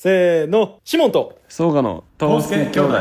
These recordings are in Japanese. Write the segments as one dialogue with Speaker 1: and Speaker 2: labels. Speaker 1: せーの、シモンと
Speaker 2: 総合の
Speaker 3: トースケ兄弟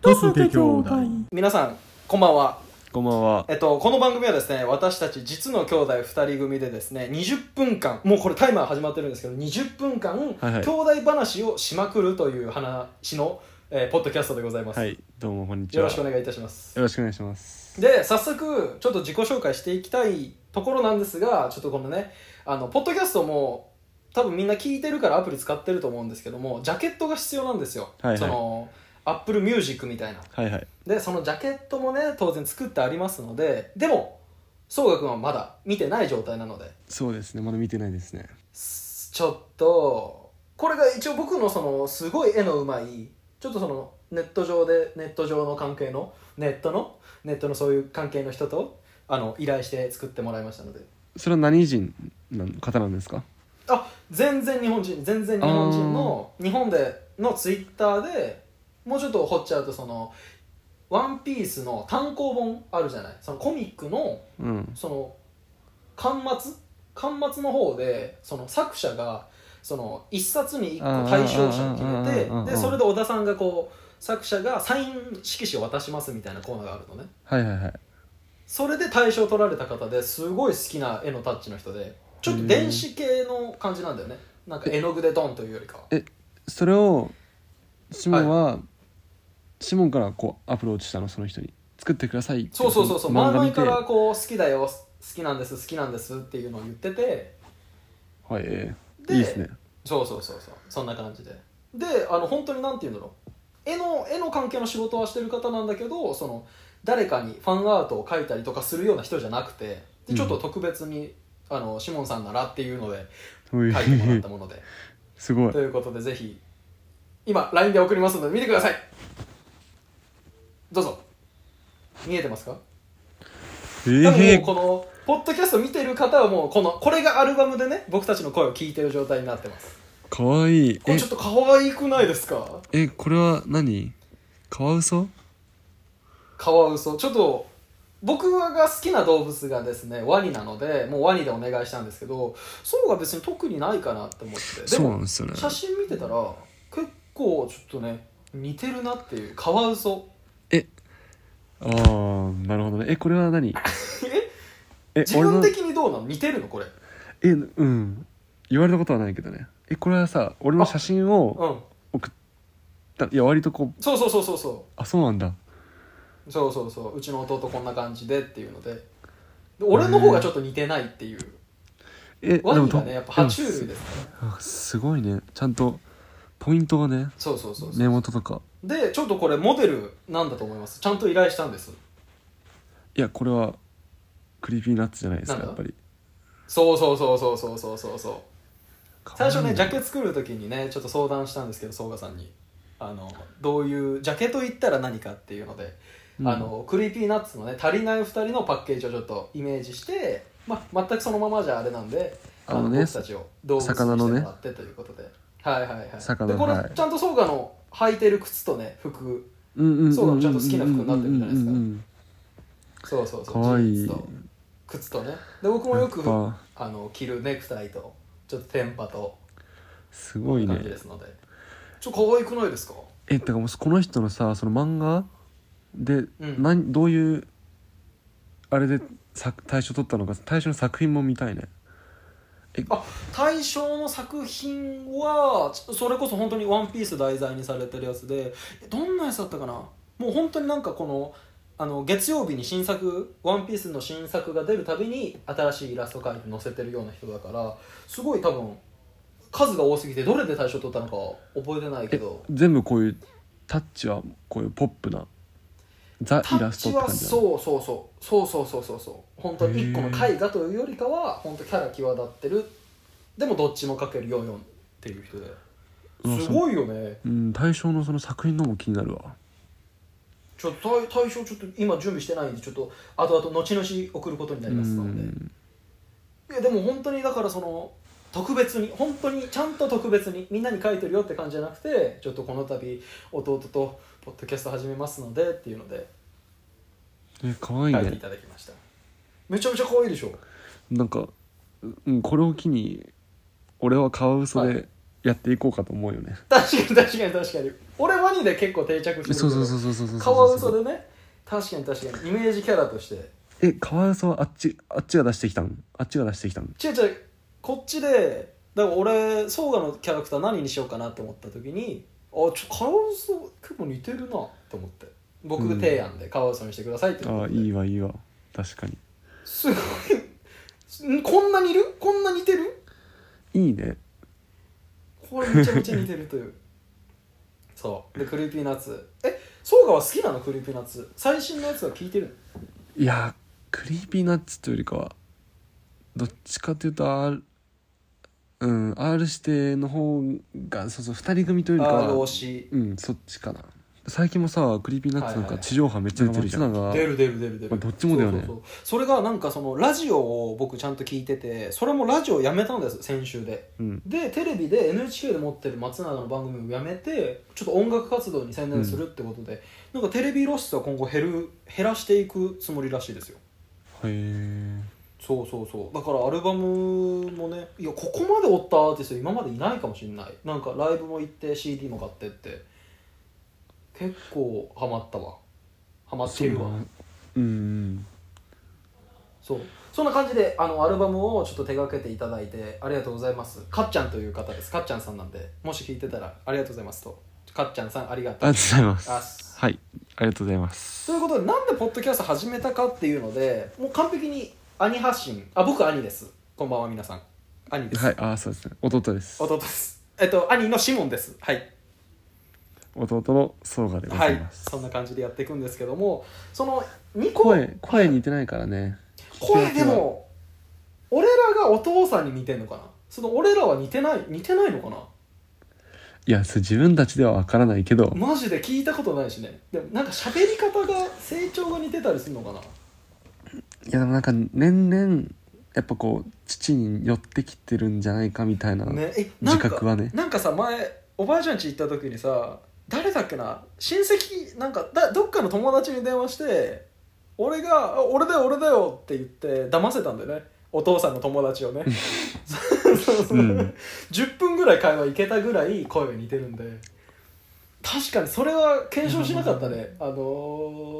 Speaker 3: トスケ兄弟
Speaker 1: 皆さん、こんばんは。
Speaker 2: こんばんは
Speaker 1: えっと、この番組はですね、私たち実の兄弟2人組でですね、20分間、もうこれタイマー始まってるんですけど、20分間、
Speaker 2: はいはい
Speaker 1: 兄弟話をしまくるという話の、えーポッドキャストでございます、
Speaker 2: はいどうもこんにち
Speaker 1: よ
Speaker 2: は
Speaker 1: ろしくお願いいたします。
Speaker 2: よろしくお願いします
Speaker 1: で、早速、ちょっと自己紹介していきたいところなんですが、ちょっとこのね、あの、ポッドキャストも、多分みんな聞いてるからアプリ使ってると思うんですけども、ジャケットが必要なんですよ。
Speaker 2: はいはい
Speaker 1: その、アップルミュージックみたいな。
Speaker 2: はいはい
Speaker 1: でそのジャケットもね当然作ってありますのででも総く君はまだ見てない状態なので
Speaker 2: そうですねまだ見てないですね
Speaker 1: すちょっとこれが一応僕のそのすごい絵のうまいちょっとそのネット上でネット上の関係のネットのネットのそういう関係の人とあの依頼して作ってもらいましたので
Speaker 2: それは何人なん方なんですか
Speaker 1: あ全然日本人全然日本人の日本でのツイッターでもうちょっと掘っちゃうとその「ワンピースの単行本あるじゃないそのコミックの
Speaker 2: うん
Speaker 1: その巻末巻末の方でその作者がその一冊に一個対象者を決め
Speaker 2: うんうんうんうんうんうん
Speaker 1: てでそれで小田さんがこう作者がサイン色紙を渡しますみたいなコーナーがあるのね
Speaker 2: はいはいはい
Speaker 1: それで大賞取られた方ですごい好きな絵のタッチの人でちょっと電子系の感じなんだよねなんか絵の具でドンというよりかは
Speaker 2: それをシモンは、シモンからこうアプローチしたのその人に作ってくださいって
Speaker 1: そうそうそうそう前
Speaker 2: 漫画
Speaker 1: 々
Speaker 2: 見て
Speaker 1: か
Speaker 2: は
Speaker 1: らこう好きだよ好きなんです好きなんですっていうのを言ってて
Speaker 2: い、えー
Speaker 1: で
Speaker 2: いいですね
Speaker 1: そうそうそうそうそんな感じでであの本当になんて言うんだろう絵の絵の関係の仕事はしてる方なんだけどその誰かにファンアートを描いたりとかするような人じゃなくてでちょっと特別に、あのシモンさんならっていうので
Speaker 2: うい
Speaker 1: 描いてもらったもの で
Speaker 2: すごい
Speaker 1: ということでぜひ今 LINE で送りますので見てくださいどうぞ見えてますか
Speaker 2: え
Speaker 1: 多分もう
Speaker 2: ー、
Speaker 1: このポッドキャスト見てる方はもうこのこれがアルバムでね僕たちの声を聞いてる状態になってます
Speaker 2: かわいい
Speaker 1: こ
Speaker 2: え
Speaker 1: れちょっと可愛くないですか
Speaker 2: えこれは何カワウソ
Speaker 1: カワウソちょっと僕が好きな動物がですねワニなのでもうワニでお願いしたんですけどそうが別に特にないかなと思ってで
Speaker 2: そうなん
Speaker 1: も
Speaker 2: ですよね
Speaker 1: 写真見てたら結構ちょっとね似てるなっていうカワウソ
Speaker 2: ああーなるほどねえこれは何
Speaker 1: え
Speaker 2: え
Speaker 1: 自分的にどうなの似てるのこれ
Speaker 2: えうん言われたことはないけどねえこれはさ俺の写真
Speaker 1: う
Speaker 2: を
Speaker 1: ん
Speaker 2: だいや割とこう
Speaker 1: そうそうそうそうそ
Speaker 2: あそうなんだ
Speaker 1: うそうそうそううちの弟こんな感じでっていうのでで俺の方がちょっと似てないっていう
Speaker 2: え
Speaker 1: ワニ
Speaker 2: と
Speaker 1: がねやっぱ爬虫類
Speaker 2: でも
Speaker 1: ですから
Speaker 2: すあすごいねちゃんとポイントがね
Speaker 1: そうそうそうそう
Speaker 2: 根元とか
Speaker 1: でちょっとこれモデルなんだと思いますちゃんと依頼したんです
Speaker 2: いやこれはクリーピーナッツじゃないです
Speaker 1: な
Speaker 2: か
Speaker 1: ん
Speaker 2: や
Speaker 1: だ
Speaker 2: っぱり
Speaker 1: そうそうそうそうそうそうそうそう
Speaker 2: か
Speaker 1: 最
Speaker 2: わいい
Speaker 1: 初ねジャケ作る時にねちょっと相談したんですけど総賀さんにあのどういうジャケと言ったら何かっていうので、
Speaker 2: うん
Speaker 1: あのクリーピーナッツのね足りない2人のパッケージをちょっとイメージして、まあ、全くそのままじゃあれなんであの
Speaker 2: あのね
Speaker 1: 僕たちを動物にして
Speaker 2: 魚の
Speaker 1: も
Speaker 2: ね
Speaker 1: らってということで、はいはいはい
Speaker 2: 魚
Speaker 1: でこれ、
Speaker 2: はい
Speaker 1: ちゃんと総賀の履いてる靴とね服
Speaker 2: うんうんうん
Speaker 1: そうだちゃんと好きな服になってるじゃないですか
Speaker 2: うんうんうん
Speaker 1: そうそうそう
Speaker 2: かわいい
Speaker 1: ジーンズと靴とねで僕もよく
Speaker 2: やっぱ
Speaker 1: あの着るネクタイとちょっとテンパと
Speaker 2: すごい
Speaker 1: 感じで
Speaker 2: ね
Speaker 1: すのでちょっと可愛くないですか
Speaker 2: えだからもうこの人のさその漫画で、
Speaker 1: うん
Speaker 2: なんどういうあれで作大賞取ったのか大賞の作品も見たいね
Speaker 1: あ大賞の作品はちそれこそ本当に「ワンピース題材にされてるやつでどんなやつだったかなもう本当になんかこのあの月曜日に新作「ワンピースの新作が出るたびに新しいイラスト描いて載せてるような人だからすごい多分数が多すぎてどれで大賞取ったのか覚えてないけ
Speaker 2: え
Speaker 1: ど
Speaker 2: 全部こういうタッチはこういうポップなザ・
Speaker 1: タ
Speaker 2: イラ
Speaker 1: ッ
Speaker 2: スト
Speaker 1: チ
Speaker 2: って
Speaker 1: は
Speaker 2: 感じなの
Speaker 1: そうそうそうそうそうそうそうそう本当に一個の絵画というよりかは本当キャラ際立ってるでもどっちも描けるようよっていう人で
Speaker 2: うわ
Speaker 1: すごいよね
Speaker 2: うん大賞のその作品のも気になるわ
Speaker 1: ちょっと対対象ちょっと今準備してないんでちょっと後々後々送ることにな
Speaker 2: う
Speaker 1: りますので
Speaker 2: ん
Speaker 1: いやでも本当にだからその特別に本当にちゃんと特別にみんなに書いてるよって感じじゃなくてちょっとこの度弟とポッドキャスト始めますのでっていうので
Speaker 2: え可愛い
Speaker 1: 書いてい
Speaker 2: ね
Speaker 1: ただきましためちゃめちゃ可愛いでしょ
Speaker 2: なんかうん、これを機に俺はカワウソ
Speaker 1: は
Speaker 2: でやっていこうかと思うよね、
Speaker 1: 確かに確かに確かに俺ワニで結構定着してるけど
Speaker 2: そうそうそうそうそうそう
Speaker 1: カワウソでね確かに確かにイメージキャラとして
Speaker 2: えカワウソはあっちあっちが出してきたんあっちが出してきたん
Speaker 1: 違う違うこっちでだから俺ソウガのキャラクター何にしようかなって思った時にあちょカワウソ結構似てるなと思って僕
Speaker 2: うん
Speaker 1: 提案でカワウソにしてくださいって
Speaker 2: ああ
Speaker 1: ことで
Speaker 2: いいわいいわ確かに
Speaker 1: すごいんこんなにいるこんな似てる
Speaker 2: いいね
Speaker 1: これめちゃめちゃ似てるという そうでクリーピーナッツえソウガは好きなのクリーピーナッツ最新のやつは聞いてるの
Speaker 2: いやークリーピーナッツというよりかはどっちかというと R うん R 指定の方がそうそう2人組というよりか
Speaker 1: あ
Speaker 2: は
Speaker 1: 推し
Speaker 2: うんそっちかな最近もさクリーピーナッツ
Speaker 1: はい
Speaker 2: なん
Speaker 1: はい
Speaker 2: か
Speaker 1: はい
Speaker 2: 地上波めっちゃ出てるじゃん、
Speaker 1: 出る出る出る出
Speaker 2: ま
Speaker 1: る
Speaker 2: あどっちもだよね
Speaker 1: そうそうそうそれがなんかそのラジオを僕ちゃんと聞いててそれもラジオやめたんです先週で
Speaker 2: うん、
Speaker 1: でテレビで NHK で持ってる松永の番組をやめてちょっと音楽活動に専念するってことで、なんかテレビ露出は今後減る減らしていくつもりらしいですよ
Speaker 2: へえ
Speaker 1: そうそうそうだからアルバムもねいやここまで追ったアーティスト今までいないかもしれないなんかライブも行って CD も買ってって結構ハマったわハマってるわ
Speaker 2: うんうん
Speaker 1: そうそんな感じであのアルバムをちょっと手掛けていただいてありがとうございますかっちゃんという方ですかっちゃんさんなんでもし聞いてたらありがとうございますとかっちゃんさんありが
Speaker 2: ありがと
Speaker 1: と
Speaker 2: う
Speaker 1: う
Speaker 2: ございます
Speaker 1: あす
Speaker 2: はいありがとうございます
Speaker 1: ということでなんでポッドキャスト始めたかっていうのでもう完璧に兄発信あ僕兄ですこんばんは皆さん兄です、
Speaker 2: はいあーそうですね弟です
Speaker 1: 弟ですえっと兄のシモンですはい
Speaker 2: 弟のソーガでご
Speaker 1: は
Speaker 2: ざい
Speaker 1: い
Speaker 2: ます、
Speaker 1: そんな感じでやっていくんですけどもその2個
Speaker 2: 声声似てないからね
Speaker 1: 声でも俺らがお父さんに似てんのかなその俺らは似てない似てないのかない
Speaker 2: やそれ自分たちではわからないけど
Speaker 1: マジで聞いたことないしねでもなんか喋り方が成長が似てたりするのかない
Speaker 2: やでもなんか年々やっぱこう父に寄ってきてるんじゃないかみたいな、
Speaker 1: ねえな
Speaker 2: 自
Speaker 1: んか
Speaker 2: 覚はね
Speaker 1: なんかさ前おばあちゃん家行った時にさ誰だっけな親戚なんかだどっかの友達に電話して俺があ「俺だよ俺だよ」って言って騙せたんだよねお父さんの友達をねそうそうそう、
Speaker 2: うん
Speaker 1: 10分ぐらい会話いけたぐらい声が似てるんで確かにそれは検証しなかったねあの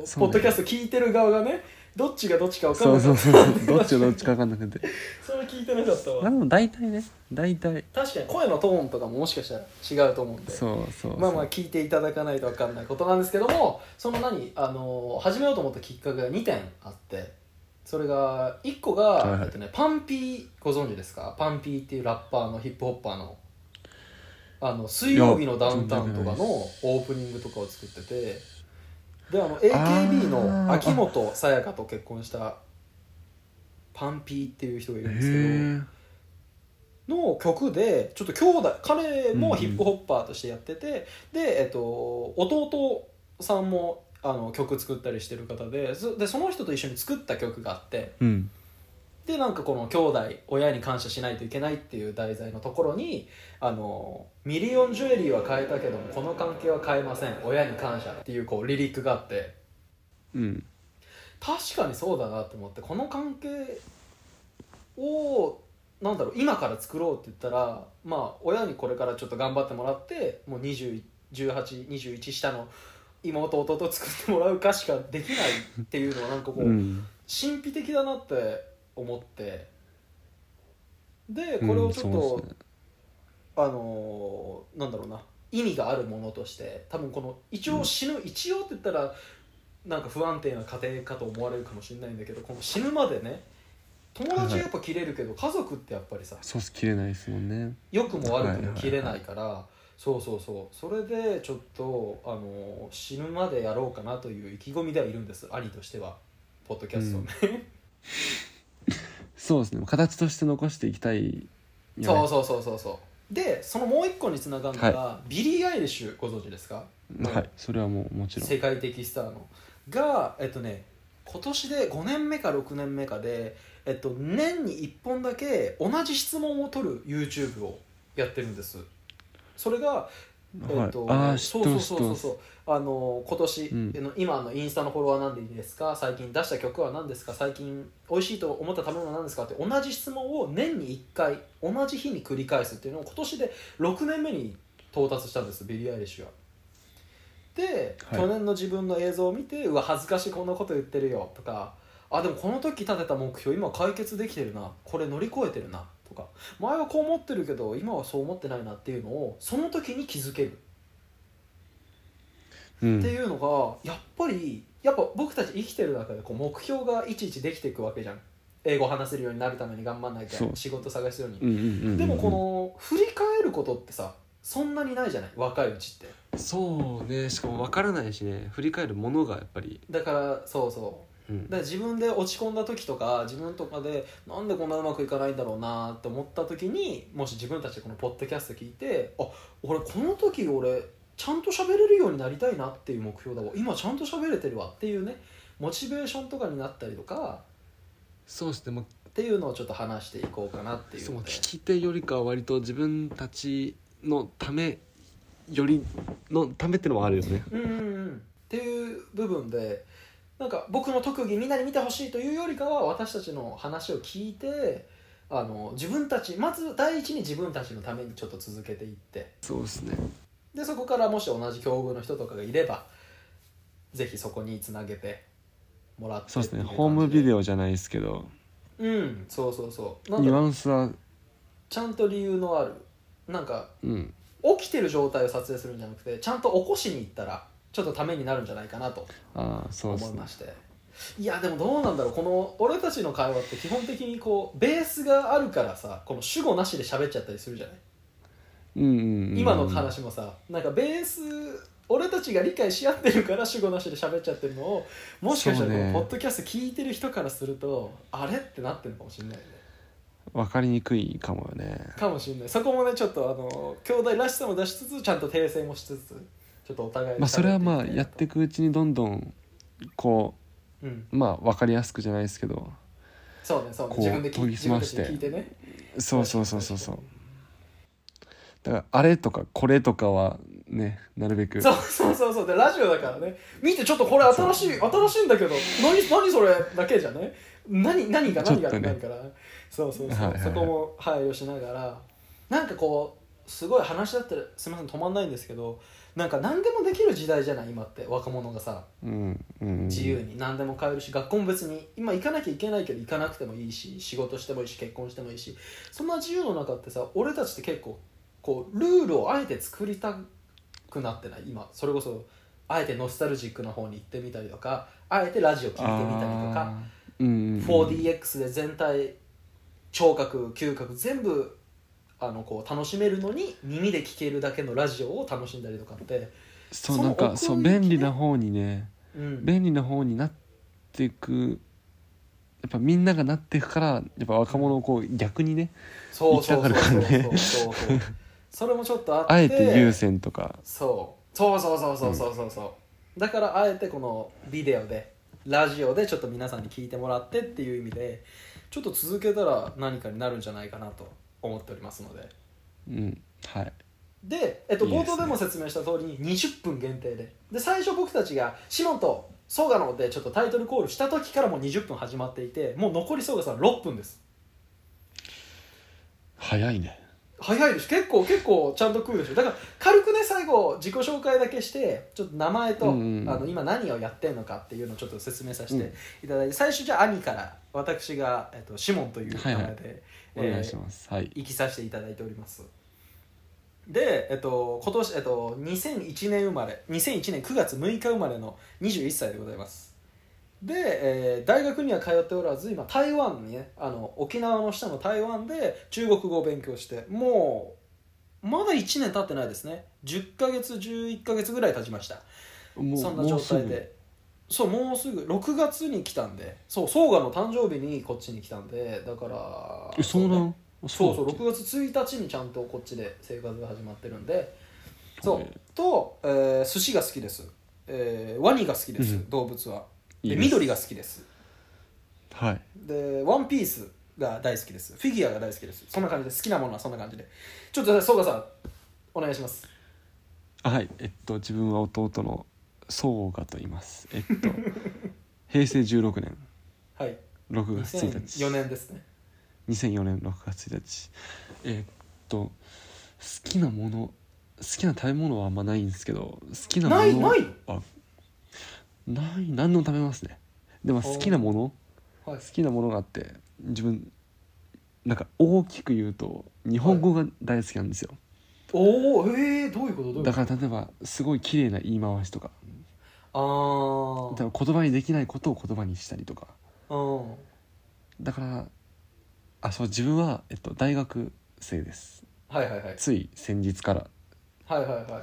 Speaker 1: ー
Speaker 2: そ
Speaker 1: ポ
Speaker 2: う
Speaker 1: ッ
Speaker 2: ね
Speaker 1: ドキャスト聞いてる側がねどっちがどっちか分かん
Speaker 2: そ
Speaker 1: な
Speaker 2: う
Speaker 1: か
Speaker 2: そ
Speaker 1: っ
Speaker 2: う
Speaker 1: た
Speaker 2: そうどっちがどっちか分かんなくて
Speaker 1: それ聞いてなかった
Speaker 2: まあ
Speaker 1: わ
Speaker 2: でも大体ね大体
Speaker 1: 確かに声のトーンとかももしかしたら違うと思うんで
Speaker 2: そうそうそう
Speaker 1: まあまあ聞いていただかないと分かんないことなんですけどもその何あの始めようと思ったきっかけが2点あってそれが1個が、
Speaker 2: はいはい
Speaker 1: えっとね、パンピーご存知ですかパンピーっていうラッパーのヒップホッパーのあの水曜日のダウンタウンとか
Speaker 2: いや
Speaker 1: のオープニングとかを作っててであの
Speaker 2: あ
Speaker 1: AKB
Speaker 2: ー
Speaker 1: の秋元さやかと結婚したパンピーっていう人がいるんですけど。
Speaker 2: へ
Speaker 1: の曲でちょっと兄弟彼もヒップホッパーとしてやってて、で、えっと、弟さんもあの曲作ったりしてる方でそでその人と一緒に作った曲があって
Speaker 2: えうん
Speaker 1: でなんかこの兄弟親に感謝しないといけないっていう題材のところにあのミリオンジュエリーは変えたけどもこの関係は変えません親に感謝っていうこうリリックがあって
Speaker 2: うん
Speaker 1: 確かにそうだなと思ってこの関係をなんだろう今から作ろうって言ったらまあ親にこれからちょっと頑張ってもらってもう1821下の妹弟を作ってもらうかしかできないっていうのはなんかこう、
Speaker 2: うん
Speaker 1: 神秘的だなって思ってで
Speaker 2: う
Speaker 1: こ
Speaker 2: ん
Speaker 1: れをちょっと、
Speaker 2: そうですね
Speaker 1: あのーなんだろうな意味があるものとして多分この一応死ぬ、一応って言ったらなんか不安定な家庭かと思われるかもしれないんだけどこの死ぬまでね友達はやっぱ切れるけど、家族ってやっぱりさ
Speaker 2: ソース切れないですもんね
Speaker 1: 良くも悪くも切れないから、そうそうそうそれでちょっと、あのー死ぬまでやろうかなという意気込みではいるんです兄としてはポッドキャストをね、
Speaker 2: そうですね形として残していきたいよね、
Speaker 1: そうそうそうそうそうでそのもう一個につながるのが、ビリー・アイリッシュご存知ですか
Speaker 2: はいそれはもうもちろん
Speaker 1: 世界的スターのがえっとね今年で5年目か6年目かで、えっと、年に1本だけ同じ質問を取る YouTube をやってるんですそれがえっと
Speaker 2: ああ知
Speaker 1: そ
Speaker 2: っ
Speaker 1: う
Speaker 2: て
Speaker 1: そ
Speaker 2: ま
Speaker 1: う
Speaker 2: す
Speaker 1: そ
Speaker 2: 知っ
Speaker 1: うそうそ
Speaker 2: てます
Speaker 1: うあの今年、
Speaker 2: うん
Speaker 1: あの今のインスタのフォロワーなんでいいですか最近出した曲は何ですか最近美味しいと思った食べ物は何ですかって同じ質問を年に1回同じ日に繰り返すっていうのを今年で6年目に到達したんですビリー・アイリッシュは。で、
Speaker 2: はい
Speaker 1: 去年の自分の映像を見てうわ恥ずかしいこんなこと言ってるよとかあでもこの時立てた目標今解決できてるなこれ乗り越えてるなとか前はこう思ってるけど今はそう思ってないなっていうのをその時に気づける
Speaker 2: う
Speaker 1: って
Speaker 2: ん
Speaker 1: いうのがやっぱりやっぱ僕たち生きてる中でこう目標がいちいちできていくわけじゃん英語話せるようになるために頑張んなき
Speaker 2: そ
Speaker 1: ゃ
Speaker 2: う
Speaker 1: 仕事探すように
Speaker 2: うんうんうんうん
Speaker 1: でもこの振り返ることってさそんなにないじゃない若いうちって
Speaker 2: そうねしかも分からないしね振り返るものがやっぱり、
Speaker 1: だからそうそう
Speaker 2: うん
Speaker 1: だから自分で落ち込んだ時とか自分とかでなんでこんなうまくいかないんだろうなって思った時にもし自分たちでこのポッドキャスト聞いてあ俺この時俺ちゃんと喋れるようになりたいなっていう目標だわ今ちゃんと喋れてるわっていうねモチベーションとかになったりとか
Speaker 2: そうですねもう
Speaker 1: っていうのをちょっと話していこうかなっていう
Speaker 2: そう
Speaker 1: ので
Speaker 2: 聞き手よりかは割と自分たちのためよりのためってのもあるよね
Speaker 1: うんうんうんっていう部分でなんか僕の特技みんなに見てほしいというよりかは私たちの話を聞いてあの自分たちまず第一に自分たちのためにちょっと続けていって
Speaker 2: そうですね
Speaker 1: でそこからもし同じ境遇の人とかがいればぜひそこにつなげてもらって
Speaker 2: そうですねホームビデ
Speaker 1: オ
Speaker 2: オじゃないですけど
Speaker 1: うんそうそうそうなん
Speaker 2: ニュ
Speaker 1: か
Speaker 2: アンスは
Speaker 1: ちゃんと理由のあるなんか
Speaker 2: うん
Speaker 1: 起きてる状態を撮影するんじゃなくてちゃんと起こしに行ったらちょっとためになるんじゃないかなと
Speaker 2: ああそうで
Speaker 1: 思
Speaker 2: す
Speaker 1: い
Speaker 2: ね
Speaker 1: まして、いやでもどうなんだろうこの俺たちの会話って基本的にこうベースがあるからさこの主語なしで喋っちゃったりするじゃない、
Speaker 2: うんうんうん
Speaker 1: 今の話もさなんかベース俺たちが理解し合ってるから主語なしで喋っちゃってるのをもしかしたら
Speaker 2: そう
Speaker 1: こ
Speaker 2: ね
Speaker 1: のポッドキャスト聞いてる人からすると、あれってなってるのかもしれないよね
Speaker 2: 分かりにくいかもよね
Speaker 1: かもしれないそこもねちょっとあの兄弟らしさも出しつつちゃんと訂正もしつつちょっとお互いに
Speaker 2: まあそれはまあ
Speaker 1: 喋
Speaker 2: やっていくうちにどんどんこ
Speaker 1: うん
Speaker 2: うまあ分かりやすくじゃないですけど
Speaker 1: そうねそうね
Speaker 2: こう
Speaker 1: 自分で聞
Speaker 2: 研ぎ澄まして
Speaker 1: 自分たちで聞いてね
Speaker 2: そうそうそうそうそうだからあれとかこれとかはねなるべく
Speaker 1: そうそうそうそうでラジオだからね見てちょっとこれ新しい新しいんだけど何何それだけじゃね何何が
Speaker 2: ちょっ
Speaker 1: 何
Speaker 2: と
Speaker 1: が
Speaker 2: ね
Speaker 1: 何から、そうそうそう、
Speaker 2: はいはいはい
Speaker 1: そこも配慮しながらなんかこうすごい話だったらすみません止まんないんですけどなんか何でもできる時代じゃない今って若者がさ
Speaker 2: うんうん
Speaker 1: 自由に何でも買えるし学校も別に今行かなきゃいけないけど行かなくてもいいし仕事してもいいし結婚してもいいしそんな自由の中ってさ俺たちって結構こうルールをあえて作りたくなってない今それこそあえてノスタルジックな方に行ってみたりとかあえてラジオ聞いてみたりとか
Speaker 2: あーうんうん
Speaker 1: 4DX で全体聴覚嗅覚全部あのこう楽しめるのに耳で聞けるだけのラジオを楽しんだりとかって、
Speaker 2: そう
Speaker 1: その
Speaker 2: なんかそう
Speaker 1: 奥行きね
Speaker 2: 便利な方にね
Speaker 1: うん、
Speaker 2: 便利な方になっていくやっぱみんながなっていくからやっぱ若者をこう逆にね
Speaker 1: そうそうそうそうそうそうそうそれもちょっとあって
Speaker 2: あえて優先とか
Speaker 1: そうそうそうそうそうそうそうそう、だからあえてこのビデオでラジオでちょっと皆さんに聞いてもらってっていう意味でちょっと続けたら何かになるんじゃないかなと思っておりますので
Speaker 2: うんはい
Speaker 1: で、えっと、
Speaker 2: いいで
Speaker 1: 冒
Speaker 2: すね
Speaker 1: 頭でも説明した通りに20分限定でで最初僕たちが「シモンとソーガの」でちょっとタイトルコールした時からもう20分始まっていてもう残りソーガさん6分です
Speaker 2: 早いね
Speaker 1: 早いでしょ結構結構ちゃんと食うでしょだから軽くね最後自己紹介だけしてちょっと名前と、
Speaker 2: うんうん
Speaker 1: あの今何をやってんのかっていうのをちょっと説明させ
Speaker 2: うん
Speaker 1: ていただいて、最初じゃあ兄から私が、えっと、シモンという名前で、
Speaker 2: はいはいお願いしますはい
Speaker 1: 行きさせていただいておりますで、えっと、今年、えっと、2001年生まれ2001年9月6日生まれの21歳でございますで、えー大学には通っておらず今台湾にねあの沖縄の下の台湾で中国語を勉強してもうまだ1年経ってないですね10ヶ月11ヶ月ぐらい経ちました
Speaker 2: も
Speaker 1: そんな状態でそうもうすぐ6月に来たんでそうソーガの誕生日にこっちに来たんでだから
Speaker 2: えそうなん
Speaker 1: そうそう
Speaker 2: だっけ
Speaker 1: 6月1日にちゃんとこっちで生活が始まってるんでそ
Speaker 2: はいう
Speaker 1: と、えー寿司が好きです、えーワニが好きです、
Speaker 2: うん
Speaker 1: 動物はい
Speaker 2: い
Speaker 1: で
Speaker 2: です
Speaker 1: 緑が好きです
Speaker 2: はい
Speaker 1: でワンピースが大好きですフィギュアが大好きですそんな感じで好きなものはそんな感じでちょっとじゃあそうかさんお願いします
Speaker 2: あはいえっと自分は弟の宗我と言いますえっ と平成16年
Speaker 1: はい
Speaker 2: 6月1日
Speaker 1: 2004年ですね
Speaker 2: 2004年6月1日えーっと好きなもの好きな食べ物はあんまないんですけど好きなもの
Speaker 1: ないない
Speaker 2: あない何でも食べますねでも
Speaker 1: ー
Speaker 2: 好きなもの
Speaker 1: はい
Speaker 2: 好きなものがあって自分なんか大きく言うと日本語が大好きなんですよ、
Speaker 1: おおえー、どういうことどういうこと
Speaker 2: だから例えばすごい綺麗な言い回しとか
Speaker 1: あ
Speaker 2: 例
Speaker 1: ー
Speaker 2: えば言葉にできないことを言葉にしたりとか
Speaker 1: うん
Speaker 2: だからあそう自分は、えっと、大学生です
Speaker 1: はいはいはい
Speaker 2: つい先日から
Speaker 1: はいはいはい
Speaker 2: やっ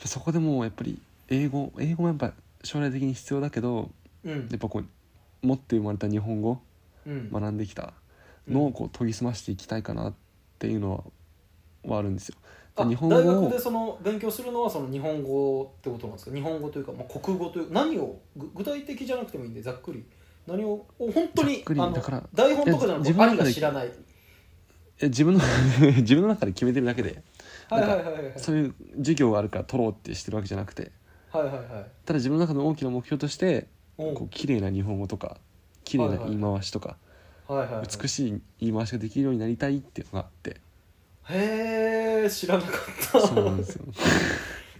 Speaker 2: ぱそこでもうやっぱり英語英語もやっぱ将来的に必要だけど
Speaker 1: うん
Speaker 2: やっぱこう持って生まれた日本語
Speaker 1: うん
Speaker 2: 学んできたのをこう研ぎ澄ましていきたいかなっていうのははあるんですよ。
Speaker 1: あ
Speaker 2: 日本
Speaker 1: 大
Speaker 2: 語
Speaker 1: 学
Speaker 2: を
Speaker 1: でその勉強するのはその日本語ってことなんですか日本語というか、まあ、国語という何をぐ具体的じゃなくてもいいんでざっくり何をお本当
Speaker 2: ざ
Speaker 1: に
Speaker 2: っくり
Speaker 1: あの
Speaker 2: だから
Speaker 1: 台本とかじゃ
Speaker 2: いや自
Speaker 1: なくて兄
Speaker 2: 分の中
Speaker 1: が
Speaker 2: で
Speaker 1: 知らない
Speaker 2: え自分の 自分の中で決めてるだけで
Speaker 1: はい
Speaker 2: な
Speaker 1: は
Speaker 2: ん
Speaker 1: い
Speaker 2: か
Speaker 1: はいはいはい
Speaker 2: そういう授業があるから取ろうってしてるわけじゃなくて
Speaker 1: はいはい
Speaker 2: ただ自分の中の大きな目標として
Speaker 1: うん
Speaker 2: こう綺麗な日本語とか綺麗な言い回しとか
Speaker 1: はいはいはい
Speaker 2: 美しい言い回しができるようになりたいっていうのがあ って
Speaker 1: へえ知らなかった
Speaker 2: そうなんですよ。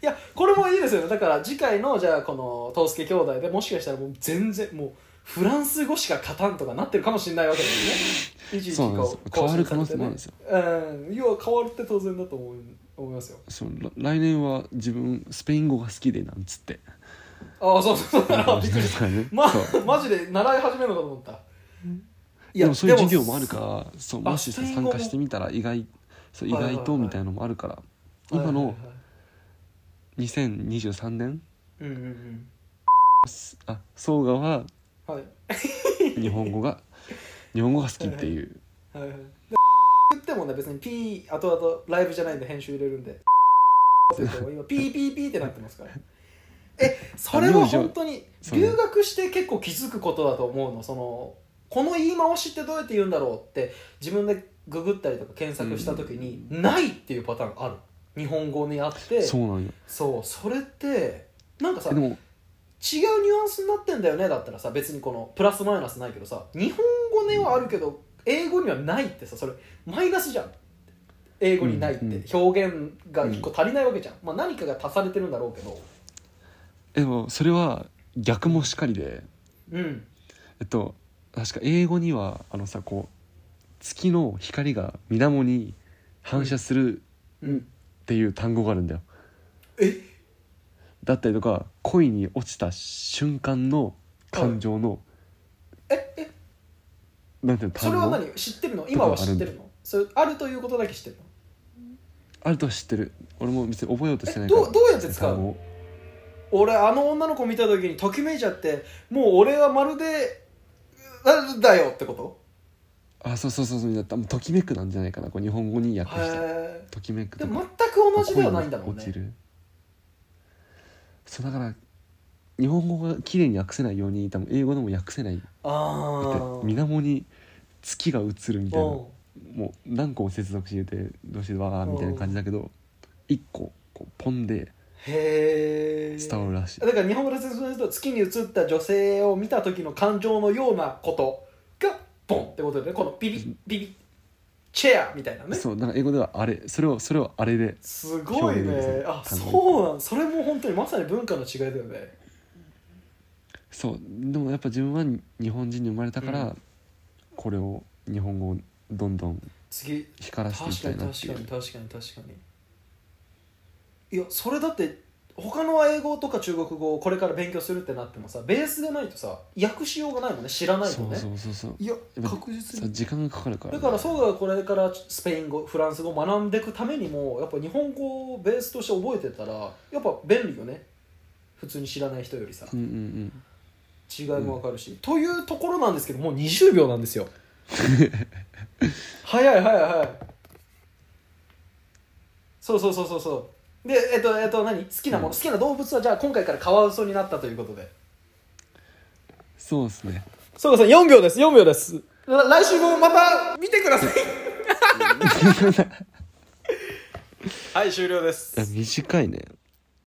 Speaker 1: いやこれもいいですよねだから次回のじゃあこのトースケ兄弟でもしかしたらもう全然もうフランス語しか勝たんとかなってるかもしれないわけですねいちいち
Speaker 2: そうなんです
Speaker 1: こ
Speaker 2: よ
Speaker 1: う
Speaker 2: 変わる可能性もあるんですよ
Speaker 1: うん要は変わるって当然だと思い思いますよ
Speaker 2: そうら来年は自分スペイン語が好きでなんつって
Speaker 1: ああそうそうそう あびっくりした
Speaker 2: ね
Speaker 1: ま
Speaker 2: そう
Speaker 1: マジで習い始めるのかと思ったい
Speaker 2: でもそういう授業もあるからそう
Speaker 1: あ
Speaker 2: もしさ
Speaker 1: スペイン語
Speaker 2: 参
Speaker 1: も
Speaker 2: 加してみたら意外そう意
Speaker 1: はいはいはい
Speaker 2: 外とみたいなのもあるから今
Speaker 1: はい
Speaker 2: の
Speaker 1: はいはい
Speaker 2: 2023年
Speaker 1: うんうん
Speaker 2: あ総我は
Speaker 1: うんはい
Speaker 2: 日本語が日本語が好きっていう
Speaker 1: はいはいで 言ってもね別に P あとあとライブじゃないんで編集入れるん でって言っても今ピーピーピーってなってますからえそれは本当に
Speaker 2: そうね
Speaker 1: 留学して結構気づくことだと思うのそのこの言い回しってどうやって言うんだろうって自分でググったりとか検索した時にないっていうパターンある日本語にあって
Speaker 2: そうなんよ
Speaker 1: そうそれってなんかさ
Speaker 2: え
Speaker 1: 違
Speaker 2: で
Speaker 1: う
Speaker 2: も
Speaker 1: ニュアンスになってんだよねだったらさ別にこのプラスマイナスないけどさ日本語にはあるけど英語にはないってさそれマイナスじゃん英語にないっ
Speaker 2: うんうん
Speaker 1: て表現が一個足りないわけじゃん、まあ、何かが足されてるんだろうけど
Speaker 2: えでもそれは逆もしかりで
Speaker 1: うん
Speaker 2: えっと確か英語にはあのさこう月の光が水面に反射する
Speaker 1: うん
Speaker 2: っていう単語があるんだよ
Speaker 1: え
Speaker 2: だったりとか恋に落ちた瞬間の感情の、
Speaker 1: ええ
Speaker 2: なんていうの
Speaker 1: そ
Speaker 2: 単
Speaker 1: れは
Speaker 2: 語
Speaker 1: 何知ってるの今は知ってるのそれあるということだけ知ってるの
Speaker 2: あるとは知ってる俺も別に覚えようとしてな
Speaker 1: え
Speaker 2: いから
Speaker 1: どうどうやって使う
Speaker 2: 単
Speaker 1: の
Speaker 2: 語を
Speaker 1: 俺あの女の子見た時にときめいちゃってもう俺はまるでだだよってこと
Speaker 2: あそうそうそうそうだったもうときめくなんじゃないかなこう日本語に訳して
Speaker 1: へ
Speaker 2: ときめく
Speaker 1: ーで
Speaker 2: と
Speaker 1: も
Speaker 2: か
Speaker 1: 全く同じではないんだもん
Speaker 2: 恋に落ち
Speaker 1: ね
Speaker 2: るそうだから日本語が綺麗に訳せないように多分英語でも訳せないだって
Speaker 1: ああ
Speaker 2: 水面に月が映るみたいな
Speaker 1: うん
Speaker 2: もう何個も接続しててどうしてわーみたいな感じだけど一個こうポンで
Speaker 1: へえ
Speaker 2: 伝わるらしい、
Speaker 1: だから日本語で説明すると月に映った女性を見た時の感情のようなことがボンってことでねこのビビビビチェアみたいなね
Speaker 2: そうなんか英語ではあれそれをそれをあれです
Speaker 1: ごい
Speaker 2: 表現です
Speaker 1: ね
Speaker 2: ね
Speaker 1: あ
Speaker 2: 感情
Speaker 1: そうなんそれも本当にまさに文化の違いだよね
Speaker 2: そうでもやっぱ自分は日本人に生まれたから、
Speaker 1: う
Speaker 2: これを日本語をどんどん
Speaker 1: 次
Speaker 2: 光らせていき
Speaker 1: 確
Speaker 2: た
Speaker 1: かに
Speaker 2: いな
Speaker 1: 確
Speaker 2: ってい
Speaker 1: かに
Speaker 2: う
Speaker 1: 確かに確かにいやそれだって他の英語とか中国語をこれから勉強するってなってもさベースがないとさ訳しようがないもんね知らないと
Speaker 2: そう
Speaker 1: ね
Speaker 2: そうそうそう
Speaker 1: いや
Speaker 2: ぱ
Speaker 1: 確実
Speaker 2: そう
Speaker 1: に
Speaker 2: 時間がかかるから、
Speaker 1: だからそうがこれからスペイン語フランス語を学んでいくためにもやっぱ日本語をベースとして覚えてたらやっぱ便利よね普通に知らない人よりさ
Speaker 2: うんうん
Speaker 1: 違いもわかるし、というところなんですけどもう20秒なんです よ早い早い早いそうそうそうそうそうでえっとえっと何好きなもの、
Speaker 2: うん
Speaker 1: 好きな動物はじゃあ今回からカワウソになったということで
Speaker 2: そうですね
Speaker 1: そうですね4秒です4秒ですら来週もまた見てくださいはい終了です
Speaker 2: や短いね